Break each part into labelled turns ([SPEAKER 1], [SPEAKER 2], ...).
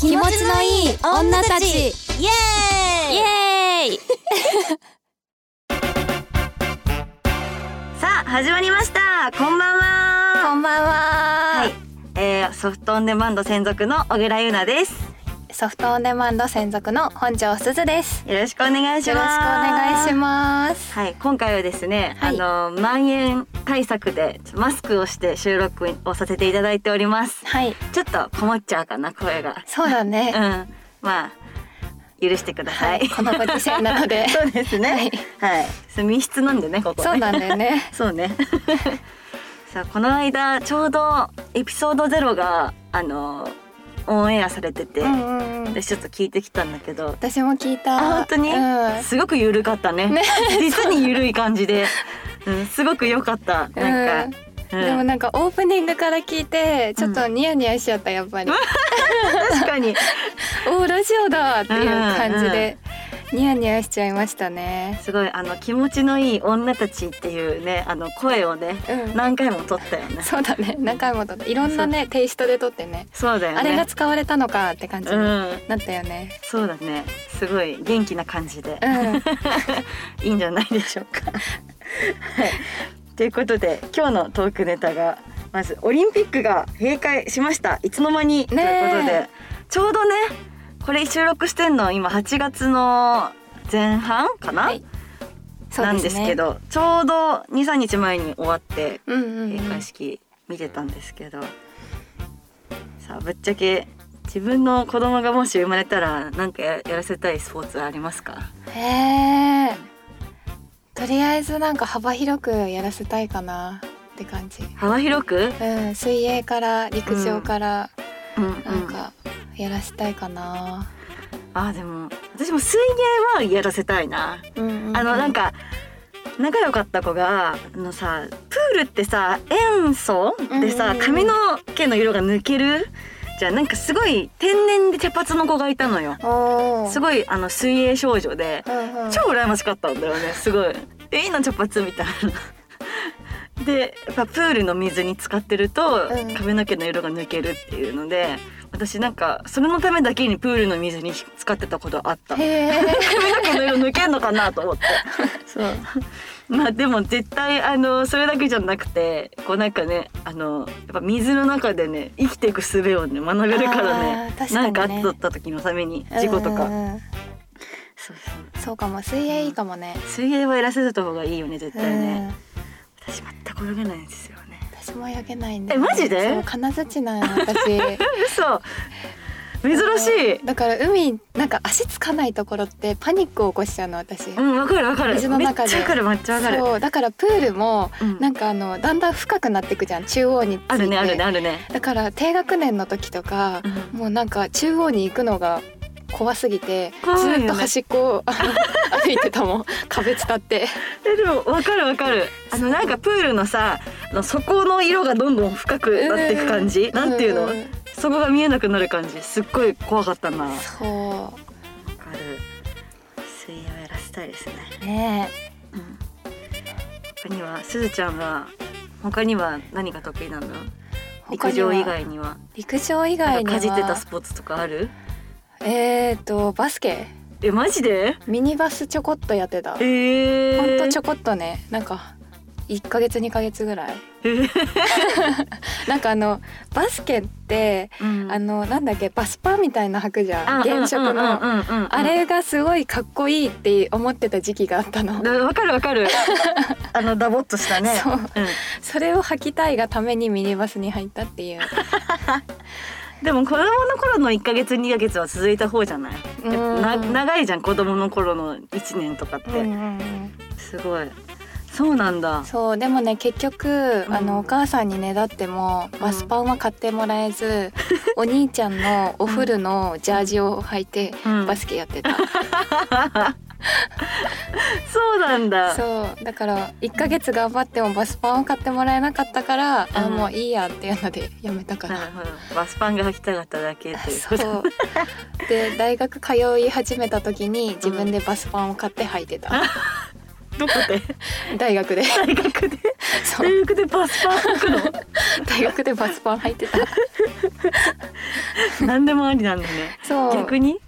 [SPEAKER 1] 気持ちのいい女たち
[SPEAKER 2] イエーイ
[SPEAKER 1] イエーイ
[SPEAKER 2] さあ始まりましたこんばんは
[SPEAKER 1] こんばんは、
[SPEAKER 2] はい、えー、ソフトオンデマンド専属の小倉優奈です
[SPEAKER 1] ソフトオンデマンド専属の本庄すずです
[SPEAKER 2] よろしくお願いします
[SPEAKER 1] よろしくお願いし
[SPEAKER 2] す
[SPEAKER 1] ます
[SPEAKER 2] はい、今回はですね、
[SPEAKER 1] はい
[SPEAKER 2] あの蔓延対策でマスクをして収録をさせていただいてお ります
[SPEAKER 1] はい
[SPEAKER 2] ちょっとこもっちゃうかな声が
[SPEAKER 1] そうだね、
[SPEAKER 2] うんまあ許してください、
[SPEAKER 1] このご時世なので
[SPEAKER 2] そうですねはい、そう密室なんでねここね
[SPEAKER 1] そうなんだよね
[SPEAKER 2] そうね。 さあこの間ちょうどエピソードゼロがあのオンエアされてて、
[SPEAKER 1] うんうんうん
[SPEAKER 2] 私ちょっと聞いてきたんだけど、
[SPEAKER 1] 私も聞いた
[SPEAKER 2] あ本当に、
[SPEAKER 1] うん
[SPEAKER 2] すごく緩かったね。
[SPEAKER 1] ね
[SPEAKER 2] 実に緩い感じで、うん、すごく良かった。なんか、うん
[SPEAKER 1] でもなんかオープニングから聞いてちょっとニヤニヤしちゃったやっぱり、
[SPEAKER 2] 確かに
[SPEAKER 1] おーラジオだっていう感じでニヤニヤしちゃいましたね
[SPEAKER 2] すごいあの気持ちのいい女たちっていうねあの声をね
[SPEAKER 1] うん
[SPEAKER 2] 何回も撮ったよね。
[SPEAKER 1] そうだね何回も撮ったいろんなねテイストで撮ってね
[SPEAKER 2] そうだよね。
[SPEAKER 1] あれが使われたのかって感じにな
[SPEAKER 2] うん。
[SPEAKER 1] ったよね
[SPEAKER 2] そうだね。すごい元気な感じで
[SPEAKER 1] う。ん、
[SPEAKER 2] いいんじゃないでしょうか。はい、ということで今日のトークネタがまずオリンピックが閉会しましたいつの間にというこ
[SPEAKER 1] ねえ
[SPEAKER 2] とでちょうどねこれ収録してんの今8月の前半かな、
[SPEAKER 1] はいそう
[SPEAKER 2] なん
[SPEAKER 1] ね
[SPEAKER 2] ですけどちょうど23日前に終わって
[SPEAKER 1] うんうんうん
[SPEAKER 2] 閉会式見てたんですけど、さあぶっちゃけ自分の子供がもし生まれたらなんかややらせたいスポーツありますか
[SPEAKER 1] へえとりあえずなんか幅広くやらせたいかなって感じ
[SPEAKER 2] 幅広く、
[SPEAKER 1] うん水泳から陸上から
[SPEAKER 2] うんう
[SPEAKER 1] なんかやらせたいかな、
[SPEAKER 2] あーでも私も水泳はやらせたいな、
[SPEAKER 1] うんうんうん
[SPEAKER 2] あのなんか仲良かった子があのさプールってさ塩素で
[SPEAKER 1] うん
[SPEAKER 2] さ
[SPEAKER 1] うんうん
[SPEAKER 2] 髪の毛の色が抜けるじゃあなんかすごい天然で茶髪の子がいたのよ
[SPEAKER 1] おー
[SPEAKER 2] すごいあの水泳少女で
[SPEAKER 1] うんうん
[SPEAKER 2] 超羨ましかったんだよねすごい「えいいの茶髪」みたいな。でやっぱプールの水に浸かってると
[SPEAKER 1] うん
[SPEAKER 2] 髪の毛の色が抜けるっていうので私なんかそれのためだけにプールの水に浸かってたことあった
[SPEAKER 1] へえ
[SPEAKER 2] 髪の毛の色抜けんのかなと 思ってそう まあでも絶対あのそれだけじゃなくてこうなんかねあのやっぱ水の中でね生きていく術をね学べるからね
[SPEAKER 1] あー確か
[SPEAKER 2] な
[SPEAKER 1] にね
[SPEAKER 2] んかあった時のために事故と
[SPEAKER 1] う
[SPEAKER 2] か
[SPEAKER 1] んうんうん
[SPEAKER 2] そうそう
[SPEAKER 1] そうかも水泳いいかもね、
[SPEAKER 2] 水泳はやらせた方がいいよね絶
[SPEAKER 1] うん
[SPEAKER 2] 対ね私全く泳げないんですよね
[SPEAKER 1] 私も泳げないんだ
[SPEAKER 2] えマジで
[SPEAKER 1] そう金槌なんよ私
[SPEAKER 2] 嘘 珍しい
[SPEAKER 1] だから海なんか足つかないところってパニックを起こしちゃうの私、
[SPEAKER 2] うんわかるわかるめっち
[SPEAKER 1] 水
[SPEAKER 2] ゃ
[SPEAKER 1] の
[SPEAKER 2] わ
[SPEAKER 1] 中で
[SPEAKER 2] かるめっちゃわかる
[SPEAKER 1] そうだからプールも
[SPEAKER 2] うん
[SPEAKER 1] なんかあのだんだん深くなっていくじゃん中央について
[SPEAKER 2] あるねあるねあるね
[SPEAKER 1] だから低学年の時とか、
[SPEAKER 2] うん
[SPEAKER 1] もうなんか中央に行くのが怖すぎて、
[SPEAKER 2] 怖いよね
[SPEAKER 1] ずっと端っこを あの歩いてたもん壁伝って
[SPEAKER 2] えでもわかるわかるあのなんかプールのさあの底の色がどんどん深くなっていく感じ、
[SPEAKER 1] ん
[SPEAKER 2] なんていうの、
[SPEAKER 1] ん
[SPEAKER 2] そこが見えなくなる感じすっごい怖かったなわ
[SPEAKER 1] そ
[SPEAKER 2] かる水泳をやらせたいですね、
[SPEAKER 1] うね
[SPEAKER 2] うん、他にはすずちゃんは他には何が得意なの陸上以外には
[SPEAKER 1] 陸上以
[SPEAKER 2] な
[SPEAKER 1] 外
[SPEAKER 2] ん
[SPEAKER 1] に
[SPEAKER 2] か
[SPEAKER 1] は
[SPEAKER 2] かじってたスポーツとかある
[SPEAKER 1] えー、とバスケ
[SPEAKER 2] えマジで
[SPEAKER 1] ミニバスちょこっとやってた
[SPEAKER 2] えー、
[SPEAKER 1] ほんとちょこっとねなんか1ヶ月2ヶ月ぐらい
[SPEAKER 2] えー
[SPEAKER 1] なんかあのバスケって
[SPEAKER 2] うん
[SPEAKER 1] あのなんだっけバスパみたいな履くじゃん原色の
[SPEAKER 2] の
[SPEAKER 1] あれがすごいかっこいいって思ってた時期があったの
[SPEAKER 2] わかるわ かるあのダボっとしたね
[SPEAKER 1] そう
[SPEAKER 2] うん
[SPEAKER 1] それを履きたいがためにミニバスに入ったっていう
[SPEAKER 2] でも子供の頃の1ヶ月2ヶ月は続いた方じゃない
[SPEAKER 1] うん
[SPEAKER 2] な長いじゃん子供の頃の1年とかって、
[SPEAKER 1] うんうんうん
[SPEAKER 2] すごいそうなんだ
[SPEAKER 1] そうでもね結局
[SPEAKER 2] うん
[SPEAKER 1] あのお母さんにねだっても
[SPEAKER 2] ん
[SPEAKER 1] バスパンは買ってもらえ ずお兄ちゃんのお風呂のジャージを履いて
[SPEAKER 2] うん
[SPEAKER 1] バスケやって た
[SPEAKER 2] そうなんだ
[SPEAKER 1] そうだから1ヶ月頑張ってもバスパンを買ってもらえなかったからあ
[SPEAKER 2] うん
[SPEAKER 1] もういいやっていうのでやめたか
[SPEAKER 2] な
[SPEAKER 1] ら
[SPEAKER 2] るほどバスパンが履きたかっただけという こと
[SPEAKER 1] そうで大学通い始めた時に自分でバスパンを買って履いてた
[SPEAKER 2] どこで
[SPEAKER 1] 大学 で
[SPEAKER 2] 大学で
[SPEAKER 1] そう
[SPEAKER 2] 大学でパスパン行くの
[SPEAKER 1] 大学でバスパン入ってた
[SPEAKER 2] 何でもありなんだね
[SPEAKER 1] そう
[SPEAKER 2] 逆に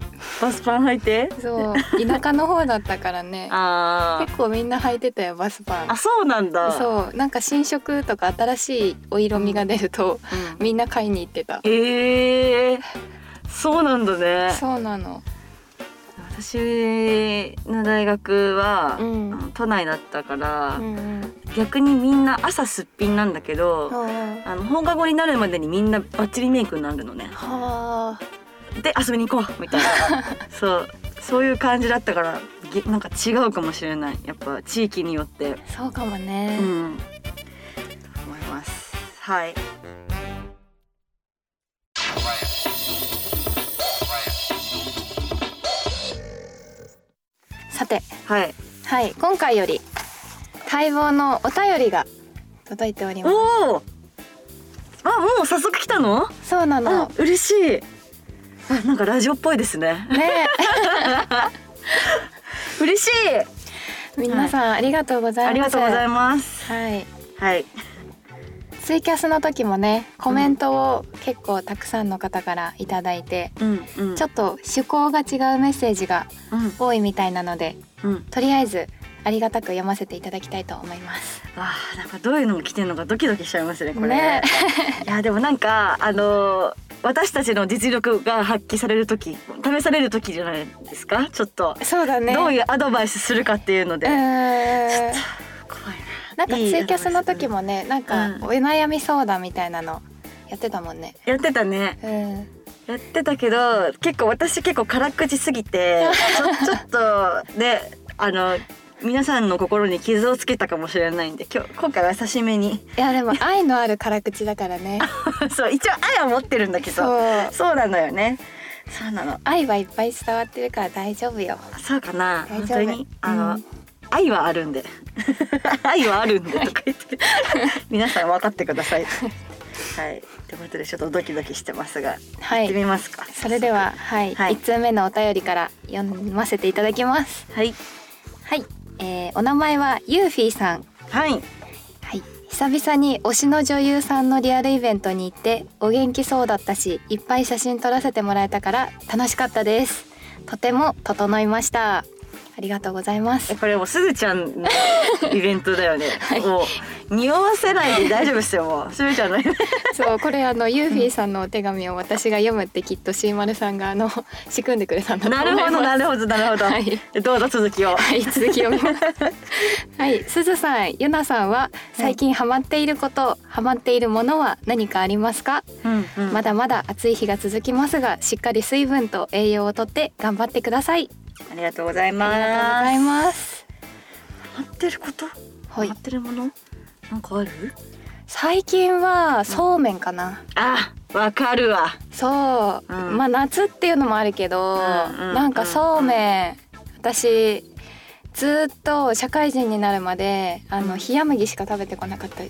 [SPEAKER 2] バスパン履いて
[SPEAKER 1] そう田舎の方だったからね
[SPEAKER 2] あー
[SPEAKER 1] 結構みんな履いてたよバスパ
[SPEAKER 2] あ
[SPEAKER 1] ン
[SPEAKER 2] そうなんだう、
[SPEAKER 1] そうなんか新色とか新しいお色味が出ると、
[SPEAKER 2] ん、
[SPEAKER 1] みんな買いに行ってた
[SPEAKER 2] えー、そうなんだね
[SPEAKER 1] そうなの
[SPEAKER 2] 私の大学は、
[SPEAKER 1] うん
[SPEAKER 2] あの都内だったから、
[SPEAKER 1] うんうん
[SPEAKER 2] 逆にみんな朝すっぴんなんだけど、
[SPEAKER 1] は
[SPEAKER 2] あの放課後になるまでにみんなバッチリメイクになるのね
[SPEAKER 1] あ
[SPEAKER 2] で遊びに行こうみた いなそうそういう感じだったからげなんか違うかもしれないやっぱ地域によって
[SPEAKER 1] そうかも
[SPEAKER 2] う
[SPEAKER 1] ね、
[SPEAKER 2] んと思いますはい
[SPEAKER 1] さて
[SPEAKER 2] はい
[SPEAKER 1] はい今回より待望のお便りが届いておりま
[SPEAKER 2] おおあもう早速来たの
[SPEAKER 1] すそうなの
[SPEAKER 2] あ嬉しいあなんかラジオっぽいですね
[SPEAKER 1] ね
[SPEAKER 2] 嬉しい
[SPEAKER 1] え皆さんありがとうございます
[SPEAKER 2] ありがとうござい
[SPEAKER 1] ま
[SPEAKER 2] ます
[SPEAKER 1] すはい
[SPEAKER 2] はい
[SPEAKER 1] ツイキャスの時もねコメントを結構たくさんの方からいただいて、
[SPEAKER 2] うんうん
[SPEAKER 1] ちょっと趣向が違うメッセージが
[SPEAKER 2] うん
[SPEAKER 1] 多いみたいなので
[SPEAKER 2] うん
[SPEAKER 1] とりあえずありがたく読ませていただきたいと思います
[SPEAKER 2] あーなんかどういうのが来てるのかドキドキしちゃいますねこれ
[SPEAKER 1] ね
[SPEAKER 2] いやでもなんかあのー私たちの実力が発揮される時試される時じゃないですかちょっと、
[SPEAKER 1] そうだね
[SPEAKER 2] どう
[SPEAKER 1] う
[SPEAKER 2] いうアドバイスするかっていうので、
[SPEAKER 1] ーん
[SPEAKER 2] 怖い
[SPEAKER 1] なんかツイキャスの時もねなんか
[SPEAKER 2] うん
[SPEAKER 1] お悩み相談みたいなのやってたもんね
[SPEAKER 2] やってたね
[SPEAKER 1] うん
[SPEAKER 2] やってたけど結構私結構辛口すぎてちょ ちょっとねあの皆さんの心に傷をつけたかもしれないんで今日今回は優しめに
[SPEAKER 1] いやでも愛のある辛口だからね
[SPEAKER 2] そう一応愛は持ってるんだけどそう
[SPEAKER 1] そう
[SPEAKER 2] なのよねそうなの
[SPEAKER 1] 愛はいっぱい伝わってるから大丈夫よ
[SPEAKER 2] そうかな
[SPEAKER 1] 大
[SPEAKER 2] 本
[SPEAKER 1] 丈夫
[SPEAKER 2] 当にあの、
[SPEAKER 1] うん
[SPEAKER 2] 愛はあるんで 愛はあるんでとか言って 皆さん分かってく ださいはいということでちょっとドキドキしてますが、
[SPEAKER 1] は
[SPEAKER 2] 行ってみ
[SPEAKER 1] い
[SPEAKER 2] ますか
[SPEAKER 1] それでははい、
[SPEAKER 2] はい
[SPEAKER 1] 1通目のお便りから読ませていただきます
[SPEAKER 2] はい
[SPEAKER 1] はい、えー、お名前はユーフィーさん
[SPEAKER 2] はい
[SPEAKER 1] はい久々に推しの女優さんのリアルイベントに行ってお元気そうだったしいっぱい写真撮らせてもらえたから楽しかったですとても整いましたありがとうございます
[SPEAKER 2] えこれもうすずちゃんのイベントだよね、 もう匂わせないで大丈夫ですよもうすずちゃんの
[SPEAKER 1] そうこれあのユーフィーさんのお手紙を私が読むってきっとシーマルさんがあの 仕組んでくれたんだと
[SPEAKER 2] な
[SPEAKER 1] 思い
[SPEAKER 2] る
[SPEAKER 1] ます
[SPEAKER 2] ほどなるほどなるほど、
[SPEAKER 1] はい
[SPEAKER 2] どうぞ続きを
[SPEAKER 1] はい続き読みますはいすずさんゆなさんは最近ハマっていること、ハマっているものは何かありますか、
[SPEAKER 2] うんうん
[SPEAKER 1] まだまだ暑い日が続きますがしっかり水分と栄養をとって頑張ってください
[SPEAKER 2] ありがとうござい
[SPEAKER 1] あ
[SPEAKER 2] ま
[SPEAKER 1] り
[SPEAKER 2] す
[SPEAKER 1] がとうございます
[SPEAKER 2] ハマってることハ
[SPEAKER 1] はい
[SPEAKER 2] マってるものなんかある
[SPEAKER 1] 最近はそうめんかな
[SPEAKER 2] あわかるわ
[SPEAKER 1] そう、
[SPEAKER 2] うん
[SPEAKER 1] まあ夏っていうのもあるけど、
[SPEAKER 2] うんうん
[SPEAKER 1] なんかそうめん、私ずっと社会人になるまであの
[SPEAKER 2] うん
[SPEAKER 1] 冷麦しか食べてこなかった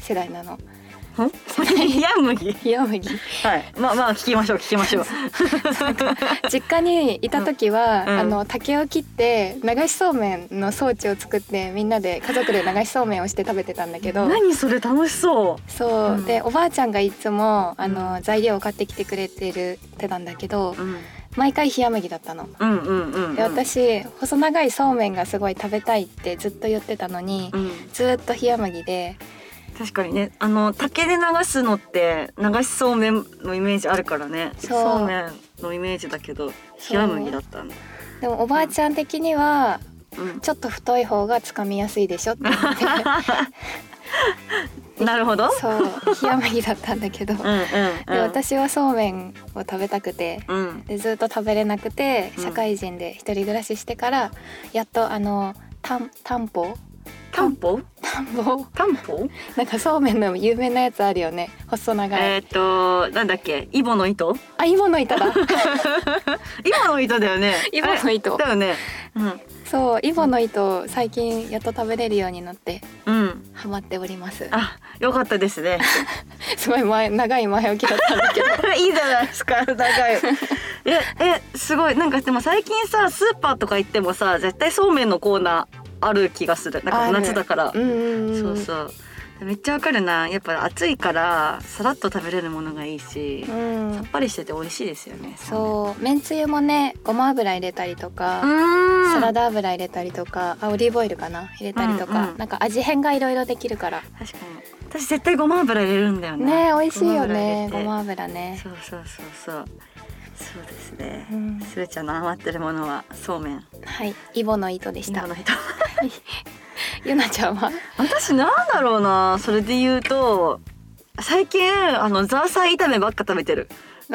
[SPEAKER 1] 世代なの
[SPEAKER 2] ん 冷麦
[SPEAKER 1] 冷麦
[SPEAKER 2] はいまあまあ聞きましょう聞きましょう
[SPEAKER 1] 実家にいた時は、
[SPEAKER 2] うん
[SPEAKER 1] あの竹を切って流しそうめんの装置を作ってみんなで家族で流しそうめんをして食べてたんだけど
[SPEAKER 2] 何それ楽しそう
[SPEAKER 1] そう、
[SPEAKER 2] うん
[SPEAKER 1] でおばあちゃんがいつもあ
[SPEAKER 2] う
[SPEAKER 1] の材料を買ってきてくれてるってたんだけど
[SPEAKER 2] うん
[SPEAKER 1] 毎回冷麦だったの。
[SPEAKER 2] うんうんうん
[SPEAKER 1] で私細長いそうめんがすごい食べたいってずっと言ってたのに、
[SPEAKER 2] うん
[SPEAKER 1] ずーっと冷麦で
[SPEAKER 2] 確かにねあの竹で流すのって流しそうめんのイメージあるからね
[SPEAKER 1] そう
[SPEAKER 2] めんのイメージだけど
[SPEAKER 1] そう
[SPEAKER 2] 冷麦だったんだ
[SPEAKER 1] でもおばあちゃん的には
[SPEAKER 2] うん
[SPEAKER 1] ちょっと太い方がつかみやすいでしょって言 って
[SPEAKER 2] なるほど
[SPEAKER 1] そう冷麦だったんだけど、
[SPEAKER 2] うんうん
[SPEAKER 1] で
[SPEAKER 2] うん
[SPEAKER 1] 私はそうめんを食べたくて
[SPEAKER 2] うん
[SPEAKER 1] でずっと食べれなくて
[SPEAKER 2] うん
[SPEAKER 1] 社会人で一人暮らししてからやっとあのたんたんぽ
[SPEAKER 2] タンポ
[SPEAKER 1] たんぽ
[SPEAKER 2] タンポ
[SPEAKER 1] なんかそうめんの有名なやつあるよね細長い、
[SPEAKER 2] えーっとなんだっけイボの 糸
[SPEAKER 1] あ芋の 板だ
[SPEAKER 2] イボの糸だよね
[SPEAKER 1] 芋の糸
[SPEAKER 2] あれだよねうん
[SPEAKER 1] そうイボの糸を最近やっと食べれるようになって
[SPEAKER 2] うん
[SPEAKER 1] ハマっております
[SPEAKER 2] あよかったですね
[SPEAKER 1] すごい前長い前置きだったんだけど
[SPEAKER 2] いいじゃないです か長いええすごいなんかでも最近さスーパーとか行ってもさ絶対そうめんのコーナーある気がするなんか夏だから
[SPEAKER 1] う、んうんうん
[SPEAKER 2] そうそうめっちゃわかるなやっぱ暑いからさらっと食べれるものがいいし、
[SPEAKER 1] う
[SPEAKER 2] さ
[SPEAKER 1] ん
[SPEAKER 2] っぱりしてて美味しいですよね
[SPEAKER 1] そうめんつゆもねごま油入れたりと
[SPEAKER 2] う
[SPEAKER 1] か、
[SPEAKER 2] ん
[SPEAKER 1] サラダ油入れたりとかあオリーブオイルかな入れたりとか、
[SPEAKER 2] うんうん
[SPEAKER 1] なんか味変がいろいろできるから
[SPEAKER 2] 確かに私絶対ごま油入れるんだよね
[SPEAKER 1] ね美味しいよね
[SPEAKER 2] ご
[SPEAKER 1] ご
[SPEAKER 2] ま
[SPEAKER 1] ま油ね
[SPEAKER 2] 油入れてそうそうそうそうそうですね、
[SPEAKER 1] うん
[SPEAKER 2] すべちゃんの余ってるものはそうめん
[SPEAKER 1] はいイボの糸でした
[SPEAKER 2] 今の人
[SPEAKER 1] ゆなちゃん は
[SPEAKER 2] 私なんだろうなそれで言うと最近あのザーサイ炒めばっか食べてる
[SPEAKER 1] お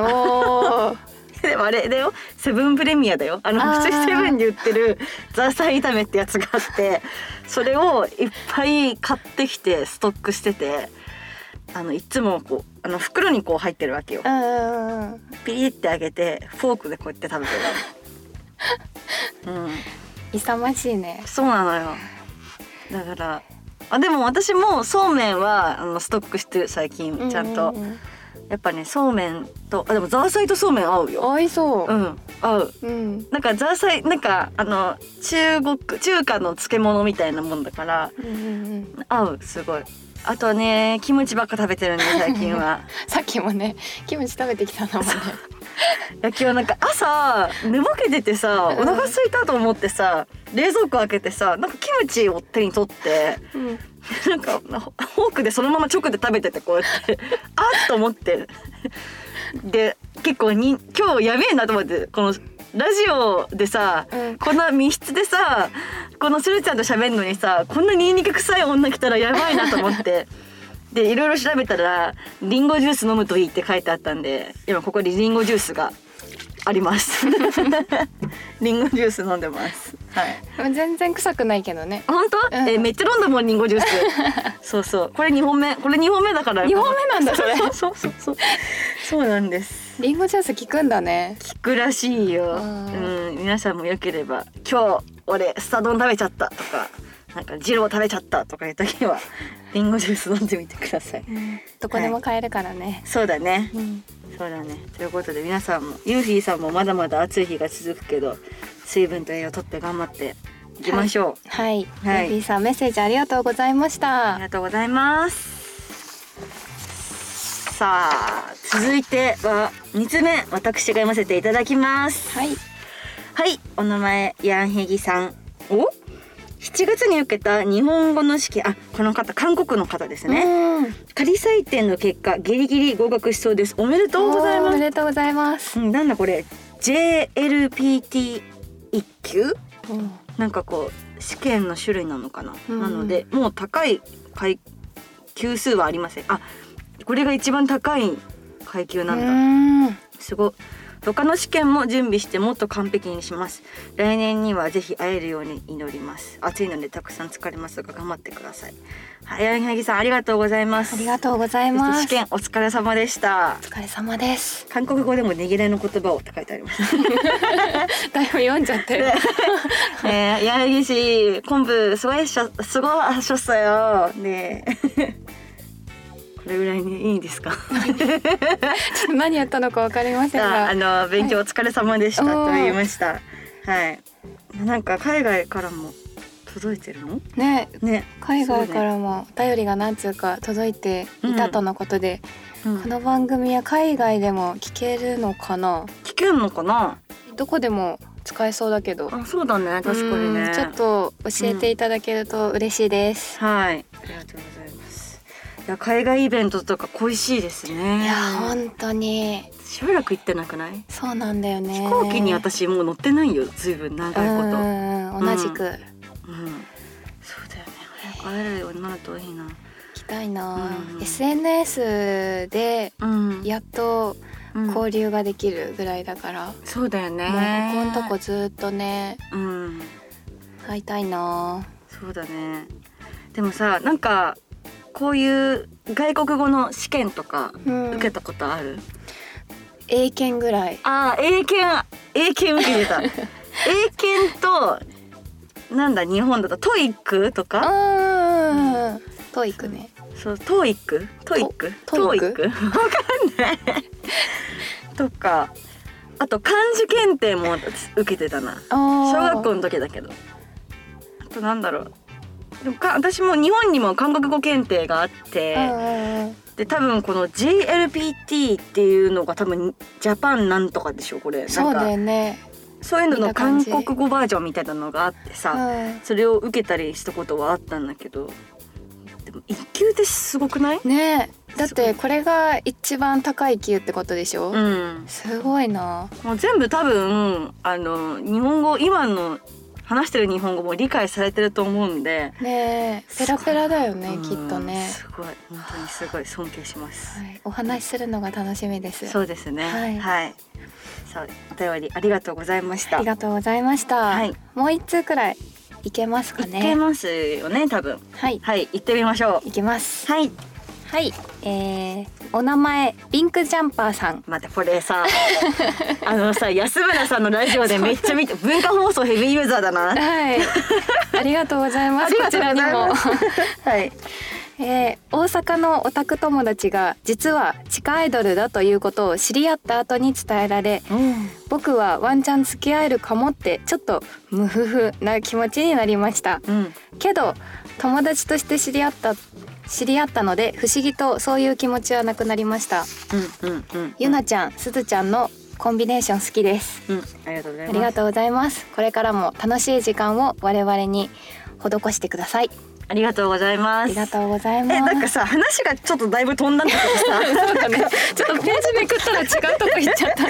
[SPEAKER 1] ー
[SPEAKER 2] でもあれだよセブンプレミアだよあの
[SPEAKER 1] あー
[SPEAKER 2] 普通にセブンで売ってるザーサイ炒めってやつがあってそれをいっぱい買ってきてストックしててあのいつもこうあの袋にこう入ってるわけよ
[SPEAKER 1] うんうんうんうん
[SPEAKER 2] ピリってあげてフォークでこうやって食べて る、う
[SPEAKER 1] 勇ましいね
[SPEAKER 2] ん、そうなのよだからあでも私もそうめんはあのストックしてる最近ちゃんと、
[SPEAKER 1] うううん
[SPEAKER 2] やっぱねそうめんとあでもザーサイとそうめん合うよ
[SPEAKER 1] 合いそうう、
[SPEAKER 2] ん合う
[SPEAKER 1] うん
[SPEAKER 2] なんかザーサイなんかあの中国中華の漬物みたいなもんだから
[SPEAKER 1] うんうんうん、
[SPEAKER 2] 合うすごいあとはねキムチばっか食べてるんで最近は
[SPEAKER 1] さっきもねキムチ食べてきたんだもんね
[SPEAKER 2] いや今日なんか朝寝ぼけててさ
[SPEAKER 1] うん
[SPEAKER 2] お腹空いたと思ってさ冷蔵庫開けてさなんかキムチを手に取って
[SPEAKER 1] うん
[SPEAKER 2] なんかフォークでそのまま直で食べててこうやってあっと思ってで結構に今日やべえなと思ってこのラジオでさ
[SPEAKER 1] うん
[SPEAKER 2] こんな密室でさこのスルちゃんと喋るのにさこんなにんにく臭い女来たらやばいなと思ってでいろいろ調べたらリンゴジュース飲むといいって書いてあったんで今ここにリンゴジュースがあります リンゴジュース飲んでますはい
[SPEAKER 1] でも全然臭くないけどね
[SPEAKER 2] 本当、
[SPEAKER 1] うん
[SPEAKER 2] えめっちゃ飲んだもんリンゴジュース そうそうこれ二本目これ二本目だから
[SPEAKER 1] 二本目なんだそれ
[SPEAKER 2] そうそうそうそうそうなんです
[SPEAKER 1] リンゴジュース効くんだね
[SPEAKER 2] 聞くらしいよ、
[SPEAKER 1] うん
[SPEAKER 2] うん、皆さんもよければ今日俺スタ丼食べちゃったとかなんかジロー食べちゃったとかいう時はリンゴジュース飲んでみてください
[SPEAKER 1] どこでも買えるからね、
[SPEAKER 2] そうだね
[SPEAKER 1] うん
[SPEAKER 2] そうだねということで皆さんもユーフィーさんもまだまだ暑い日が続くけど水分と栄養とって頑張っていきましょう、
[SPEAKER 1] はい、
[SPEAKER 2] は
[SPEAKER 1] はいい、さんメッセージありがとうございまし
[SPEAKER 2] あり
[SPEAKER 1] た
[SPEAKER 2] がとうございます。さあ、続いては2つ目、私が読ませていただきます。
[SPEAKER 1] はい
[SPEAKER 2] はい、お名前、ヤンヘギさん。お ?7 月に受けた日本語の試験、あ、この方、韓国の方ですね。
[SPEAKER 1] うん
[SPEAKER 2] 仮採点の結果、ギリギリ合格しそうです。おめでとうございま
[SPEAKER 1] お
[SPEAKER 2] す
[SPEAKER 1] め。でとうございます、
[SPEAKER 2] うんなんだこれ、JLPT 一級
[SPEAKER 1] うん
[SPEAKER 2] なんかこう試験の種類なのかな、
[SPEAKER 1] うん
[SPEAKER 2] なのでもう高い階級数はありませんあこれが一番高い階級なんだ、
[SPEAKER 1] うん
[SPEAKER 2] すごい他の試験も準備してもっと完璧にします来年にはぜひ会えるように祈ります暑いのでたくさん疲れますが頑張ってくださいはい柳木さんありがとうございます
[SPEAKER 1] ありがとうござい
[SPEAKER 2] そ
[SPEAKER 1] ま
[SPEAKER 2] し
[SPEAKER 1] す
[SPEAKER 2] て試験お疲れ様でした
[SPEAKER 1] お疲れ様です
[SPEAKER 2] 韓国語でもねぎらいの言葉をって書いてあります
[SPEAKER 1] 台本読んじゃってる
[SPEAKER 2] えー、柳岸昆布すごいしょすごいしょっさよ ねえこれぐらいにいいんですか
[SPEAKER 1] ちょっと 何やったのかわかりません
[SPEAKER 2] あ
[SPEAKER 1] が
[SPEAKER 2] あの勉強お疲れ様でした、
[SPEAKER 1] はい
[SPEAKER 2] と言いましたはいなんか海外からも届いてるの
[SPEAKER 1] ね
[SPEAKER 2] ね
[SPEAKER 1] 海外からもお便りが何通か届いていたとのことで、
[SPEAKER 2] そうねうん
[SPEAKER 1] この番組は海外でも聞けるのかな
[SPEAKER 2] 聞けんのかな
[SPEAKER 1] どこでも使えそうだけど
[SPEAKER 2] あそうだね確かに
[SPEAKER 1] う
[SPEAKER 2] ね
[SPEAKER 1] んちょっと教えていただけると嬉しいです、
[SPEAKER 2] はいありがとうございますいや海外イベントとか恋しいですね
[SPEAKER 1] いや本当に
[SPEAKER 2] しばらく行ってなくない
[SPEAKER 1] そうなんだよね
[SPEAKER 2] 飛行機に私もう乗ってないよずいぶん長いこと、
[SPEAKER 1] うんうんうん同じく、
[SPEAKER 2] うん、そうだよね早く会えるようになるといいな
[SPEAKER 1] 行きたいな、
[SPEAKER 2] うん
[SPEAKER 1] SNS で
[SPEAKER 2] うん
[SPEAKER 1] やっと
[SPEAKER 2] うん
[SPEAKER 1] 交流ができるぐらいだから、
[SPEAKER 2] そうだよね
[SPEAKER 1] もうここんとこずっとね
[SPEAKER 2] うん
[SPEAKER 1] 会いたいな
[SPEAKER 2] そうだねでもさなんかこういう外国語の試験とか
[SPEAKER 1] うん
[SPEAKER 2] 受けたことある、
[SPEAKER 1] 英検ぐらい
[SPEAKER 2] ああ英検英検受けてた 英検となんだ日本だとトイックとか
[SPEAKER 1] あーといくね
[SPEAKER 2] そうトイックトイック
[SPEAKER 1] ト TOEIC？
[SPEAKER 2] わかんないとかあと漢字検定も受けてたな
[SPEAKER 1] あー
[SPEAKER 2] 小学校の時だけどとなんだろうでもか私も日本にも韓国語検定があって、
[SPEAKER 1] うん
[SPEAKER 2] で多分この JLPT っていうのが多分ジャパンなんとかでしょこれ
[SPEAKER 1] そ
[SPEAKER 2] な
[SPEAKER 1] うんだ
[SPEAKER 2] か
[SPEAKER 1] よね。
[SPEAKER 2] そういうの
[SPEAKER 1] 見
[SPEAKER 2] の
[SPEAKER 1] た感
[SPEAKER 2] 韓
[SPEAKER 1] じ
[SPEAKER 2] 国語バージョンみたいなのがあってさ、
[SPEAKER 1] う
[SPEAKER 2] それを受けたりしたことはあったんだけどでも一級ってすごくない
[SPEAKER 1] ん、ねえだってこれが一番高い級ってことでしょ、
[SPEAKER 2] うん、
[SPEAKER 1] すごいな。
[SPEAKER 2] もう全部多分あの日本語今の話してる日本語も理解されてると思うんで、
[SPEAKER 1] ねえペラペラだよね
[SPEAKER 2] うん
[SPEAKER 1] きっとね、
[SPEAKER 2] すごい本当にすごい尊敬します、
[SPEAKER 1] はい。お話しするのが楽しみです。
[SPEAKER 2] そうですね
[SPEAKER 1] はい
[SPEAKER 2] はい、さあお便りありがとうございまし
[SPEAKER 1] あ
[SPEAKER 2] た
[SPEAKER 1] りがとうございました。
[SPEAKER 2] はい
[SPEAKER 1] もう一通くらいいけますか
[SPEAKER 2] いけ
[SPEAKER 1] ね。
[SPEAKER 2] ますよね多分
[SPEAKER 1] はい、
[SPEAKER 2] はい行ってみましょ
[SPEAKER 1] いきます。
[SPEAKER 2] うはい
[SPEAKER 1] はい、えー、お名前ピンクジャンパーさん。
[SPEAKER 2] 待ってこ れさあのさ安村さんのラジオでめっちゃ見て文化放送ヘビーユーザーだな
[SPEAKER 1] はい、ありがとうございま
[SPEAKER 2] あ
[SPEAKER 1] す。
[SPEAKER 2] り
[SPEAKER 1] こ
[SPEAKER 2] が
[SPEAKER 1] ち
[SPEAKER 2] とう
[SPEAKER 1] ら
[SPEAKER 2] ご
[SPEAKER 1] に
[SPEAKER 2] ざい
[SPEAKER 1] も
[SPEAKER 2] ま。すはい
[SPEAKER 1] えー大阪のオタク友達が実は地下アイドルだということを知り合った後に伝えられ僕はワンチャン付き合えるかもってちょっとムフフな気持ちになりました
[SPEAKER 2] うん
[SPEAKER 1] けど友達として知り合った知り合ったので不思議とそういう気持ちはなくなりました
[SPEAKER 2] うんうんうん
[SPEAKER 1] ゆなちゃんすずちゃんのコンビネーション好きです
[SPEAKER 2] うんありがとうございます
[SPEAKER 1] ありがとうございますこれからも楽しい時間を我々に施してください
[SPEAKER 2] ありがとうござい
[SPEAKER 1] あ
[SPEAKER 2] ます
[SPEAKER 1] りがとうございます
[SPEAKER 2] えなんかさ話がちょっとだいぶ飛んだんだけどさ
[SPEAKER 1] そう だね。ちょっとページめくったら違うとこ行っちゃった。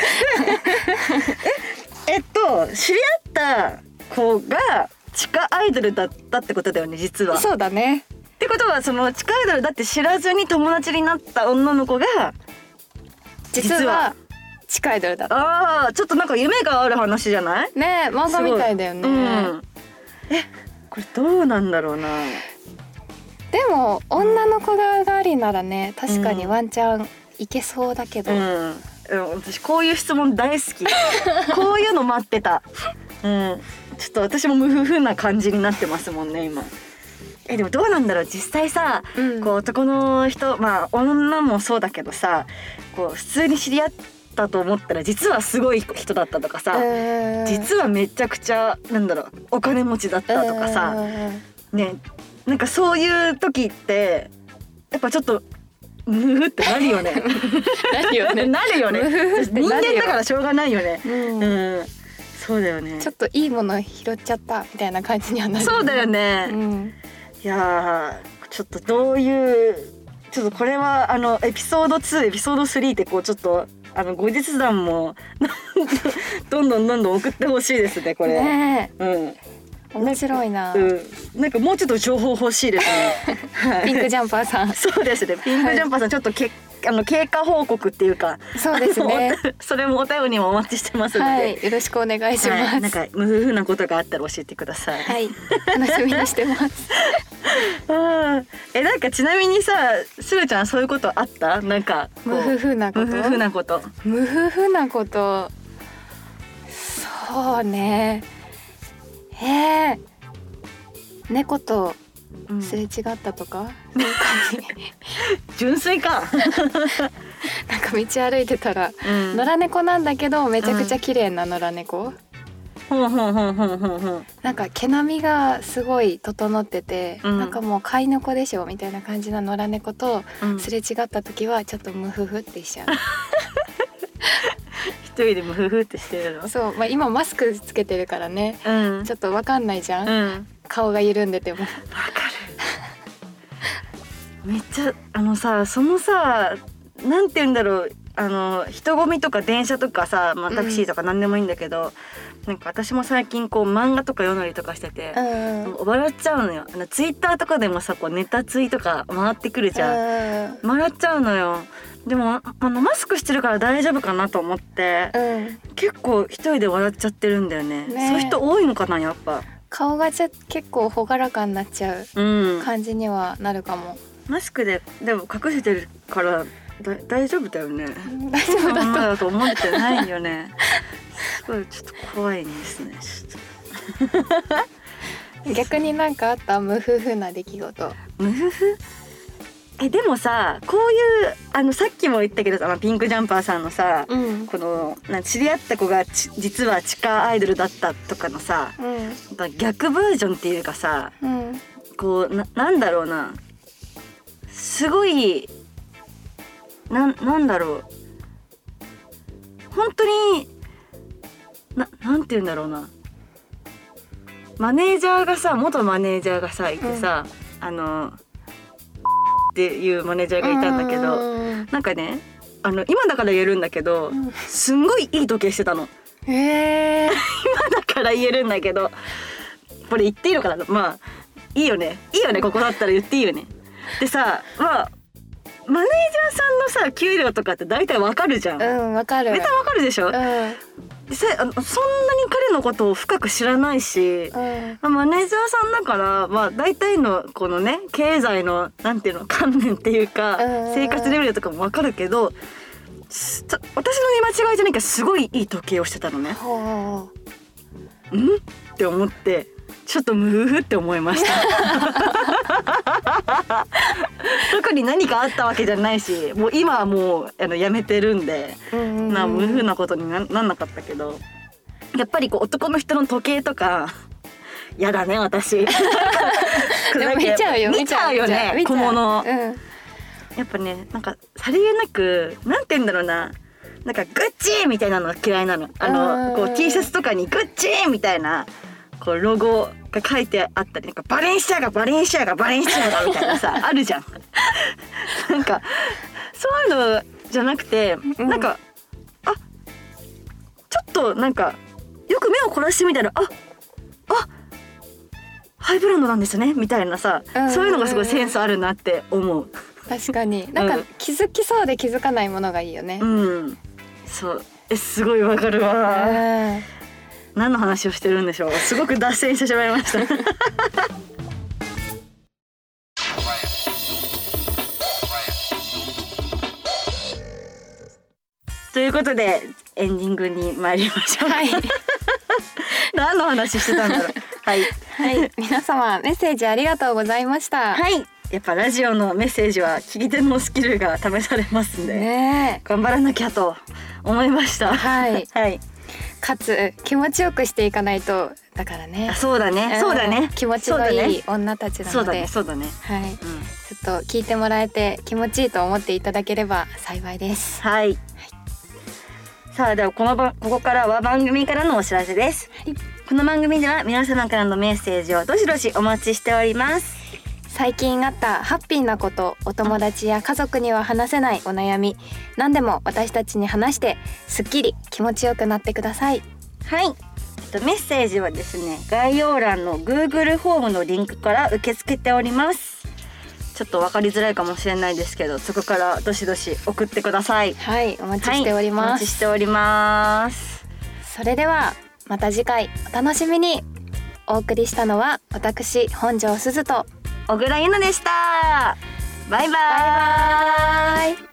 [SPEAKER 2] えっと知り合った子が地下アイドルだったってことだよね実は。っ
[SPEAKER 1] そうだね。
[SPEAKER 2] てことはその地下アイドルだって知らずに友達になった女の子が
[SPEAKER 1] 実
[SPEAKER 2] 実
[SPEAKER 1] は
[SPEAKER 2] は
[SPEAKER 1] 地下アイドルだった。
[SPEAKER 2] ああちょっとなんか夢がある話じゃない
[SPEAKER 1] ねえ、漫画みたいだよね。
[SPEAKER 2] うん、えこれどうなんだろうな
[SPEAKER 1] でも女の子側がありならね、確かにワンチャンいけそうだけど。
[SPEAKER 2] うん、うん、私こういう質問大好き こういうの待ってたうんちょっと私も無夫婦な感じになってますもんね今えでもどうなんだろう実際さ
[SPEAKER 1] うん
[SPEAKER 2] こう男の人まあ女もそうだけどさこう普通に知り合ったと思ったら実はすごい人だったとかさ、
[SPEAKER 1] うん
[SPEAKER 2] 実はめちゃくちゃなんだろうお金持ちだったとかさ、ねなんかそういう時ってやっぱちょっとムフフってなるよね
[SPEAKER 1] 何 よ ね。
[SPEAKER 2] なるよね
[SPEAKER 1] ムフフってなる
[SPEAKER 2] 人
[SPEAKER 1] よ
[SPEAKER 2] 間だからしょうがないよね
[SPEAKER 1] う。
[SPEAKER 2] うんんそうだよね
[SPEAKER 1] ちょっといいもの拾っちゃったみたいな感じにはなる。
[SPEAKER 2] そうだよね、
[SPEAKER 1] うん。
[SPEAKER 2] いやーちょっとどういうちょっとこれはあのエピソード2エピソード3ってこうちょっとあの後日談もどんどんどんどん送ってほしいですねこれ。
[SPEAKER 1] ね
[SPEAKER 2] うん、
[SPEAKER 1] え、面白いな。
[SPEAKER 2] うん、なんかもうちょっと情報欲しいですね。は
[SPEAKER 1] ピ
[SPEAKER 2] い
[SPEAKER 1] ンクジャンパーさん。
[SPEAKER 2] そうですね。ピンクジャンパーさん、ちょっとけ、あの経過報告っていうか。
[SPEAKER 1] そうですね。
[SPEAKER 2] あの。 それもお便りもお待ちしてますので。
[SPEAKER 1] はい、よろしくお願いし
[SPEAKER 2] は
[SPEAKER 1] ま
[SPEAKER 2] いなん
[SPEAKER 1] す。
[SPEAKER 2] か無夫婦なことがあったら教えてください。
[SPEAKER 1] はい、楽しみにして ます。
[SPEAKER 2] うんえなんかちなみにさするちゃんそういうことあったなんかこう
[SPEAKER 1] 無夫婦なこと。
[SPEAKER 2] 無夫婦なこと
[SPEAKER 1] 無夫婦なこと。そうね。ええ猫とすれ違ったとか、 そういう感じ
[SPEAKER 2] 純粋か、
[SPEAKER 1] なんか道歩いてたら
[SPEAKER 2] うん
[SPEAKER 1] 野良猫なんだけどめちゃくちゃ綺麗な野良猫、
[SPEAKER 2] ほんほんほんほんほんほん
[SPEAKER 1] なんか毛並みがすごい整ってて、
[SPEAKER 2] うん
[SPEAKER 1] なんかもう飼い猫でしょみたいな感じな野良猫と
[SPEAKER 2] うん
[SPEAKER 1] すれ違った時はちょっと無夫婦ってしちゃう
[SPEAKER 2] 一人で無夫婦ってしてるの
[SPEAKER 1] そう、 まあ、今マスクつけてるからね
[SPEAKER 2] うん
[SPEAKER 1] ちょっとわかんないじゃん、
[SPEAKER 2] うんわか
[SPEAKER 1] 顔が緩んでても
[SPEAKER 2] るめっちゃあのさそのさなんて言うんだろうあの人混みとか電車とかさ、まあ、タクシーとか何でもいいんだけど、なんか私も最近こう漫画とか読んだりとかしてて、
[SPEAKER 1] ん
[SPEAKER 2] 笑っちゃうのよあのツイッターとかでもさこうネタツイとか回ってくるじゃん、
[SPEAKER 1] ゃ
[SPEAKER 2] 笑っちゃうのよでもああのマスクしてるから大丈夫かなと思って
[SPEAKER 1] うん
[SPEAKER 2] 結構一人で笑っちゃってるんだよね
[SPEAKER 1] ね
[SPEAKER 2] そういう人多いのかなやっぱ
[SPEAKER 1] 顔がちょ結構朗らかになっちゃう
[SPEAKER 2] うん
[SPEAKER 1] 感じにはなるかも、
[SPEAKER 2] マスクででも隠してるからだ大丈夫だよね
[SPEAKER 1] 大丈夫
[SPEAKER 2] ま
[SPEAKER 1] だと
[SPEAKER 2] だと思ってないよねすごいちょっと怖いですねちょっ
[SPEAKER 1] 逆になんかあった無夫婦な出来事
[SPEAKER 2] と無夫婦えでもさこういうあのさっきも言ったけどさ、まあ、ピンクジャンパーさんのさ、
[SPEAKER 1] うん
[SPEAKER 2] このなん知り合った子がち実は地下アイドルだったとかのさ
[SPEAKER 1] うん
[SPEAKER 2] まあ逆バージョンっていうかさ
[SPEAKER 1] うん
[SPEAKER 2] こうななんだろうなすごいなんなんだろう本当にななんて言うんだろうなマネージャーがさ元マネージャーがさいてさ、あのっていうマネージャーがいたんだけど、
[SPEAKER 1] うん
[SPEAKER 2] なんかねあの今だから言えるんだけど、
[SPEAKER 1] うん
[SPEAKER 2] すんごいいい時計してたの
[SPEAKER 1] え
[SPEAKER 2] だから言えるんだけどこれ言っていいのかなまあいいよねいいよねここだったら言っていいよねでさまあマネージャーさんのさ給料とかって大体わかるじゃん、
[SPEAKER 1] ー、うんわかる
[SPEAKER 2] ネタわかるでしょ、
[SPEAKER 1] うん
[SPEAKER 2] でさあのそんなに彼のことを深く知らないし、
[SPEAKER 1] うん
[SPEAKER 2] まあマネージャーさんだから、まあ、大体のこのね経済のなんていうの観念っていうか
[SPEAKER 1] うん
[SPEAKER 2] 生活レベルとかも分かるけどすた私の見間違いじゃないけどすごいいい時計をしてたのね。
[SPEAKER 1] ほう
[SPEAKER 2] うんって思ってちょっとムフフって思い ました特に何かあったわけじゃないしもう今はもうあのやめてるんで。
[SPEAKER 1] うんうんうん
[SPEAKER 2] な無風なことになんなんなかったけどやっぱりこう男の人の時計 とかやだね私
[SPEAKER 1] でも見ちゃうよ
[SPEAKER 2] 見ちゃうよね
[SPEAKER 1] 見ちゃ
[SPEAKER 2] 小
[SPEAKER 1] う
[SPEAKER 2] 物
[SPEAKER 1] うん
[SPEAKER 2] やっぱねなんかさりげなくなんて言うんだろうななんかグッチーみたいなの嫌いなのあ
[SPEAKER 1] う
[SPEAKER 2] の
[SPEAKER 1] ん
[SPEAKER 2] こう T シャツとかにグッチーみたいなこうロゴが書いてあったりなんかバレンシアガバレンシアガバレンシアガみたい なさあるじゃんなんかそういうのじゃなくて、
[SPEAKER 1] うん
[SPEAKER 2] なんかあちょっとなんかよく目を凝らしてみたらああハイブランドなんですねみたいなさ、
[SPEAKER 1] うん
[SPEAKER 2] そういうのがすごいセンスあるなって思う。
[SPEAKER 1] 確かになん
[SPEAKER 2] う
[SPEAKER 1] か
[SPEAKER 2] ん
[SPEAKER 1] 気づきそうで気づかないものがいいよね、
[SPEAKER 2] うん、そうえすごいわかるわ
[SPEAKER 1] うん
[SPEAKER 2] 何の話をしてるんでしょうすごく脱線してしまいました ということでエンディングに参りまし ょう、
[SPEAKER 1] はい、
[SPEAKER 2] 何の話してたんだろうはい
[SPEAKER 1] はい、皆様メッセージありがとうございました。
[SPEAKER 2] はいやっぱラジオのメッセージは聞き手のスキルが試されますんで、
[SPEAKER 1] ね
[SPEAKER 2] 頑張らなきゃと思いました
[SPEAKER 1] え、はい、
[SPEAKER 2] はい
[SPEAKER 1] かつ気持ちよくしていかないとだからね
[SPEAKER 2] あ。そうだね、そうだね
[SPEAKER 1] ん気持ちのいい女たちな
[SPEAKER 2] そう
[SPEAKER 1] の
[SPEAKER 2] だ
[SPEAKER 1] で、
[SPEAKER 2] ねそうだね、
[SPEAKER 1] はい、
[SPEAKER 2] うん、
[SPEAKER 1] ちょっと聞いてもらえて気持ちいいと思っていただければ幸いです。
[SPEAKER 2] はい、さあではこのばここからは番組からのお知らせです、
[SPEAKER 1] はい
[SPEAKER 2] この番組では皆様からのメッセージをどしどしお待ちしております
[SPEAKER 1] 最近あったハッピーなことお友達や家族には話せないお悩み何でも私たちに話してすっきり気持ちよくなってください
[SPEAKER 2] はいえっとメッセージはですね概要欄の Google フォームのリンクから受け付けておりますちょっと分かりづらいかもしれないですけどそこからどしどし送ってください
[SPEAKER 1] はいお待ちしており
[SPEAKER 2] はい、お
[SPEAKER 1] ま
[SPEAKER 2] 待ち
[SPEAKER 1] す、
[SPEAKER 2] しております
[SPEAKER 1] それではまた次回お楽しみにお送りしたのは私本庄すずと
[SPEAKER 2] 小倉優奈でしたバイバイ
[SPEAKER 1] バイバイ